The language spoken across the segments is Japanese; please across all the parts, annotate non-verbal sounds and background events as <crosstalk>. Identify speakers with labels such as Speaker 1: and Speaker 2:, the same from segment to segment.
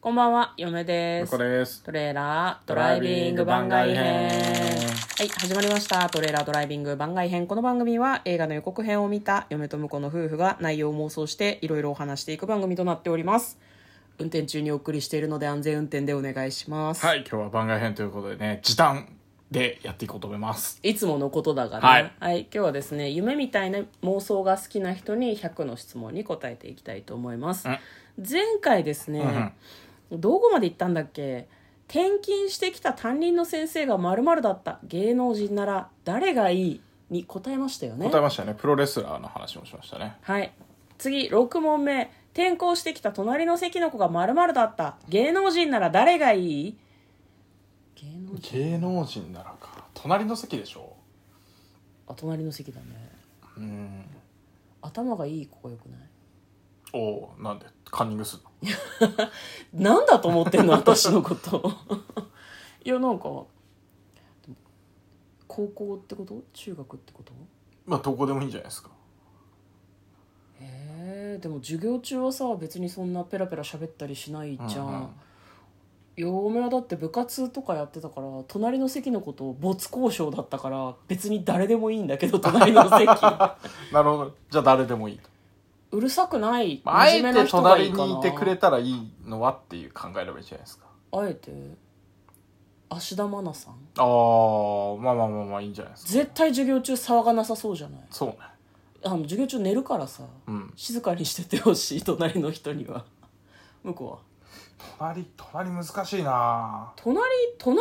Speaker 1: こんばんは、嫁です。
Speaker 2: これです
Speaker 1: トレーラードライビング番外編。はい、始まりました。トレーラードライビング番外編。この番組は映画の予告編を見た嫁と婿の夫婦が内容を妄想していろいろお話していく番組となっております。運転中にお送りしているので安全運転でお願いします。
Speaker 2: はい今日は番外編ということでね時短でやっていこうと思います
Speaker 1: いつものことだがね、は
Speaker 2: はいい、
Speaker 1: 今日はですね、夢みたいな妄想が好きな人に100の質問に答えていきたいと思います。前回ですね、どこまで行ったんだっけ転勤してきた担任の先生が〇〇だった芸能人なら誰がいいに答えましたよね
Speaker 2: 答え。ましたねプロレスラーの話もしましたね
Speaker 1: はい。次、6問目。転校してきた隣の席の子が〇〇だった芸能人なら誰がいい芸能人
Speaker 2: 芸能人ならか隣の席でしょ
Speaker 1: あ、隣の席だね。
Speaker 2: うん
Speaker 1: 頭がいい子がよくない
Speaker 2: おおなんでカンニングするの
Speaker 1: なんだと思ってんの私のこと <laughs> いやなんかでも高校ってこと中学ってこと
Speaker 2: まあどこでもいいんじゃないですか
Speaker 1: えー、でも授業中はさ別にそんなペラペラ喋ったりしないじゃん、
Speaker 2: うんうん
Speaker 1: 嫁はだって部活とかやってたから隣の席のことを没交渉だったから別に誰でもいいんだけど隣の <laughs> 席
Speaker 2: なるほどじゃあ誰でもいいと、
Speaker 1: うるさくない
Speaker 2: まあ、あえ
Speaker 1: 真面目な
Speaker 2: て
Speaker 1: 人がい
Speaker 2: 隣
Speaker 1: いかな
Speaker 2: にいてくれたらいいのはっていう考えればいいじゃないですか
Speaker 1: あえて芦田愛菜さん
Speaker 2: ああまあまあまあまあいいんじゃないですか
Speaker 1: 絶対授業中騒がなさそうじゃない
Speaker 2: そうね
Speaker 1: あの授業中寝るからさ
Speaker 2: うん
Speaker 1: 静かにしててほしい隣の人には <laughs> 向こうは
Speaker 2: 隣隣難しいな
Speaker 1: 隣隣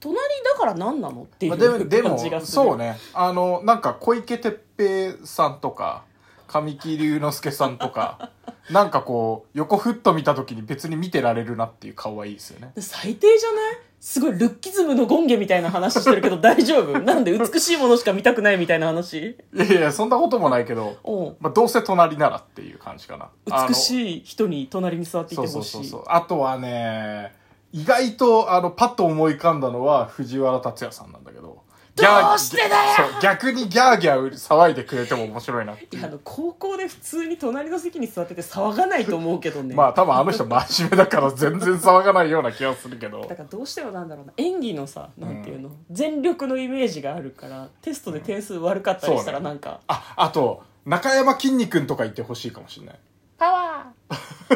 Speaker 1: 隣だから何なのっていう
Speaker 2: まあ、
Speaker 1: 感
Speaker 2: で
Speaker 1: じ
Speaker 2: もでも
Speaker 1: がする
Speaker 2: そうねあのなんか小池徹平さんとか神木隆之介さん
Speaker 1: <laughs>
Speaker 2: とかなんかこう横ふっと見た時に別に見てられるなっていう顔はいいですよね
Speaker 1: 最低じゃないすごいルッキズムの権下みたいな話してる
Speaker 2: <laughs>
Speaker 1: けど大丈夫なんで美しいものしか見たくないみたいな話
Speaker 2: いやいやそんなこともないけど、
Speaker 1: おう
Speaker 2: まあ、どうせ隣ならっていう感じかなあの
Speaker 1: 美しい人に隣に座ってい
Speaker 2: そう
Speaker 1: て
Speaker 2: そ
Speaker 1: ほ
Speaker 2: う
Speaker 1: し
Speaker 2: そう
Speaker 1: い
Speaker 2: そうあとはね意外とあのパッと思い浮かんだのは藤原竜也さんなんだけどギャー
Speaker 1: どうしてだよ
Speaker 2: そう逆にギャーギャー騒いでくれても面白いなっていう
Speaker 1: いやあの高校で普通に隣の席に座ってて騒がないと思うけどね
Speaker 2: まあ多分あの人真面目だから全然騒がないような気がするけど
Speaker 1: だからどうしてもなんだろうな演技のさなんていうの、全力のイメージがあるからテストで点数悪かったりしたら
Speaker 2: そうね
Speaker 1: なんか、
Speaker 2: ああと中山きんに君とかいてほしいかもしれない
Speaker 1: パワ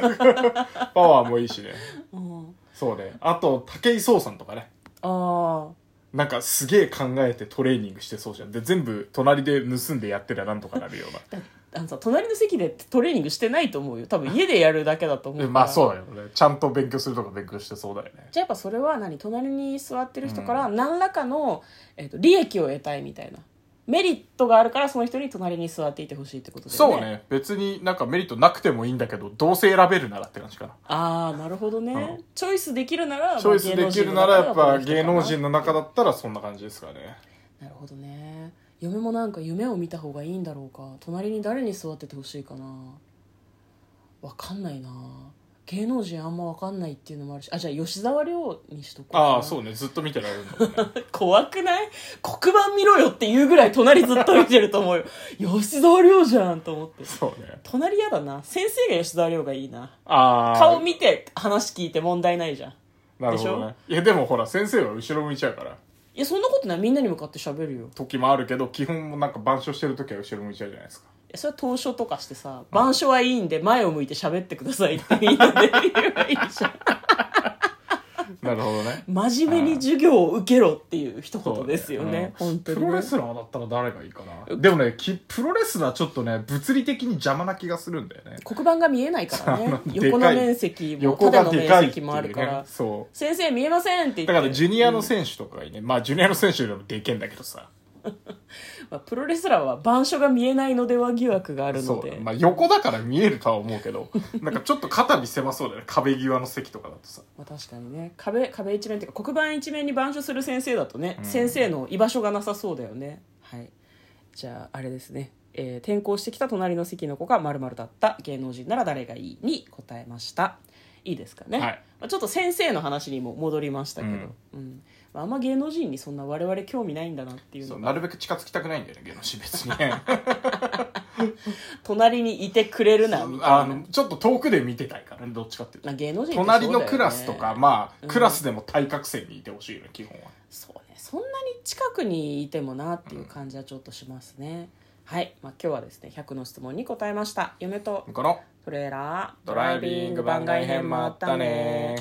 Speaker 2: パワーもいい
Speaker 1: <laughs>
Speaker 2: しね
Speaker 1: ー、うん、
Speaker 2: そうねあと武井壮さんとかね
Speaker 1: あ
Speaker 2: なんかすげえ考えてトレーニングしてそうじゃんで全部隣で盗んでやってりゃなんとかなるよ
Speaker 1: <laughs>
Speaker 2: う
Speaker 1: ーだあのさ隣の席でトレーニングしてないと思うよ多分家でやるだけだと思うか
Speaker 2: な
Speaker 1: ら
Speaker 2: まあそう
Speaker 1: う
Speaker 2: だよねちゃんと勉強するとか勉強してそうだよね
Speaker 1: じゃあやっぱそれは何隣に座ってる人から何らかの、えっと利益を得たいみたいなメリットがあるからその人に隣に座っていてほしいってことだよね
Speaker 2: そうね別になんかメリットなくてもいいんだけどどうせ選べるならって感じかな
Speaker 1: ああなるほどね、
Speaker 2: う
Speaker 1: チョイスできるなら
Speaker 2: チョイスできるならやっぱ芸能
Speaker 1: の中だったらこの人かな
Speaker 2: 人の中だったらそんな感じですかね
Speaker 1: なるほどね嫁もなんか夢を見た方がいいんだろうか隣に誰に座っててほしいかなわかんないな芸能人あんまわかんないっていうのもあるしあじゃあ吉沢亮にしとこう
Speaker 2: ああそううねずっと見てられるんだもんね
Speaker 1: 怖くない黒板見ろよっていうぐらい隣ずっと見てると思うよ <laughs> 吉沢亮じゃんと思って
Speaker 2: そうね。
Speaker 1: 隣嫌だな先生が吉沢亮がいいな
Speaker 2: ああ。
Speaker 1: 顔見て話聞いて問題ないじゃん
Speaker 2: なるほどね。いや、でもほら、先生は後ろ向いちゃうから。
Speaker 1: いやそんなことないみんなに向かって喋るよ
Speaker 2: 時もあるけど、基本もなんか板書してる時は後ろ向いちゃうじゃないですか。
Speaker 1: いやそれは投書とかしてさ「板書はいいんで前を向いて喋ってください」ってみんなで言えばいいじゃん
Speaker 2: なるほどね。
Speaker 1: 真面目に授業を受けろっていう一
Speaker 2: そうだ
Speaker 1: 言ですよね
Speaker 2: うん
Speaker 1: 本当に
Speaker 2: プロレスラーだったら誰がいいかな。でもね、きプロレスラーちょっとね、物理的に邪魔な気がするんだよね。
Speaker 1: 黒板が見えない
Speaker 2: <laughs>
Speaker 1: からね
Speaker 2: でかい
Speaker 1: 横の面積も
Speaker 2: 横
Speaker 1: 縦
Speaker 2: が
Speaker 1: の
Speaker 2: でか
Speaker 1: 面
Speaker 2: いって
Speaker 1: 積
Speaker 2: いう
Speaker 1: もあるから
Speaker 2: ね。そう。
Speaker 1: 先生見えませんって言って
Speaker 2: だからジュニアの選手とかがいいね。まあジュニアの選手よりもでけえんだけどさ。
Speaker 1: まあプロレスラーは板書が見えないのでは疑惑があるの
Speaker 2: そ
Speaker 1: で
Speaker 2: う。まあ横だから見えるとは思うけど、なんかちょっと肩身狭そうだよね。壁際の席とかだとさ。
Speaker 1: まあ、確かにね壁壁一面っていうか黒板一面に板書する先生だとね、先生の居場所がなさそうだよねはいじゃああれですね、えー転校してきた隣の席の子が〇〇だった芸能人なら誰がいいに答えましたいいですかね、
Speaker 2: はい
Speaker 1: まあ、ちょっと先生の話にも戻りましたけど、うんまあ、あんま芸能人にそんな我々興味ないんだなっていう
Speaker 2: そ
Speaker 1: の
Speaker 2: う
Speaker 1: が <laughs>
Speaker 2: なるべく近づきたくないんだよね芸能人別に
Speaker 1: 隣にいてくれるなみた
Speaker 2: あ
Speaker 1: いな
Speaker 2: のちょっと遠くで見てたいからねどっちかっていうと
Speaker 1: まあ芸能人ってそうだよね
Speaker 2: 隣のクラスとか、まあクラスでも対角線にいてほしいよね基本は
Speaker 1: そうねそんなに近くにいてもなっていう感じはちょっとしますね、はい、まあ、今日はですね100の質問に答えました嫁と
Speaker 2: この
Speaker 1: トレーラード
Speaker 2: ドライビング番外編もあったね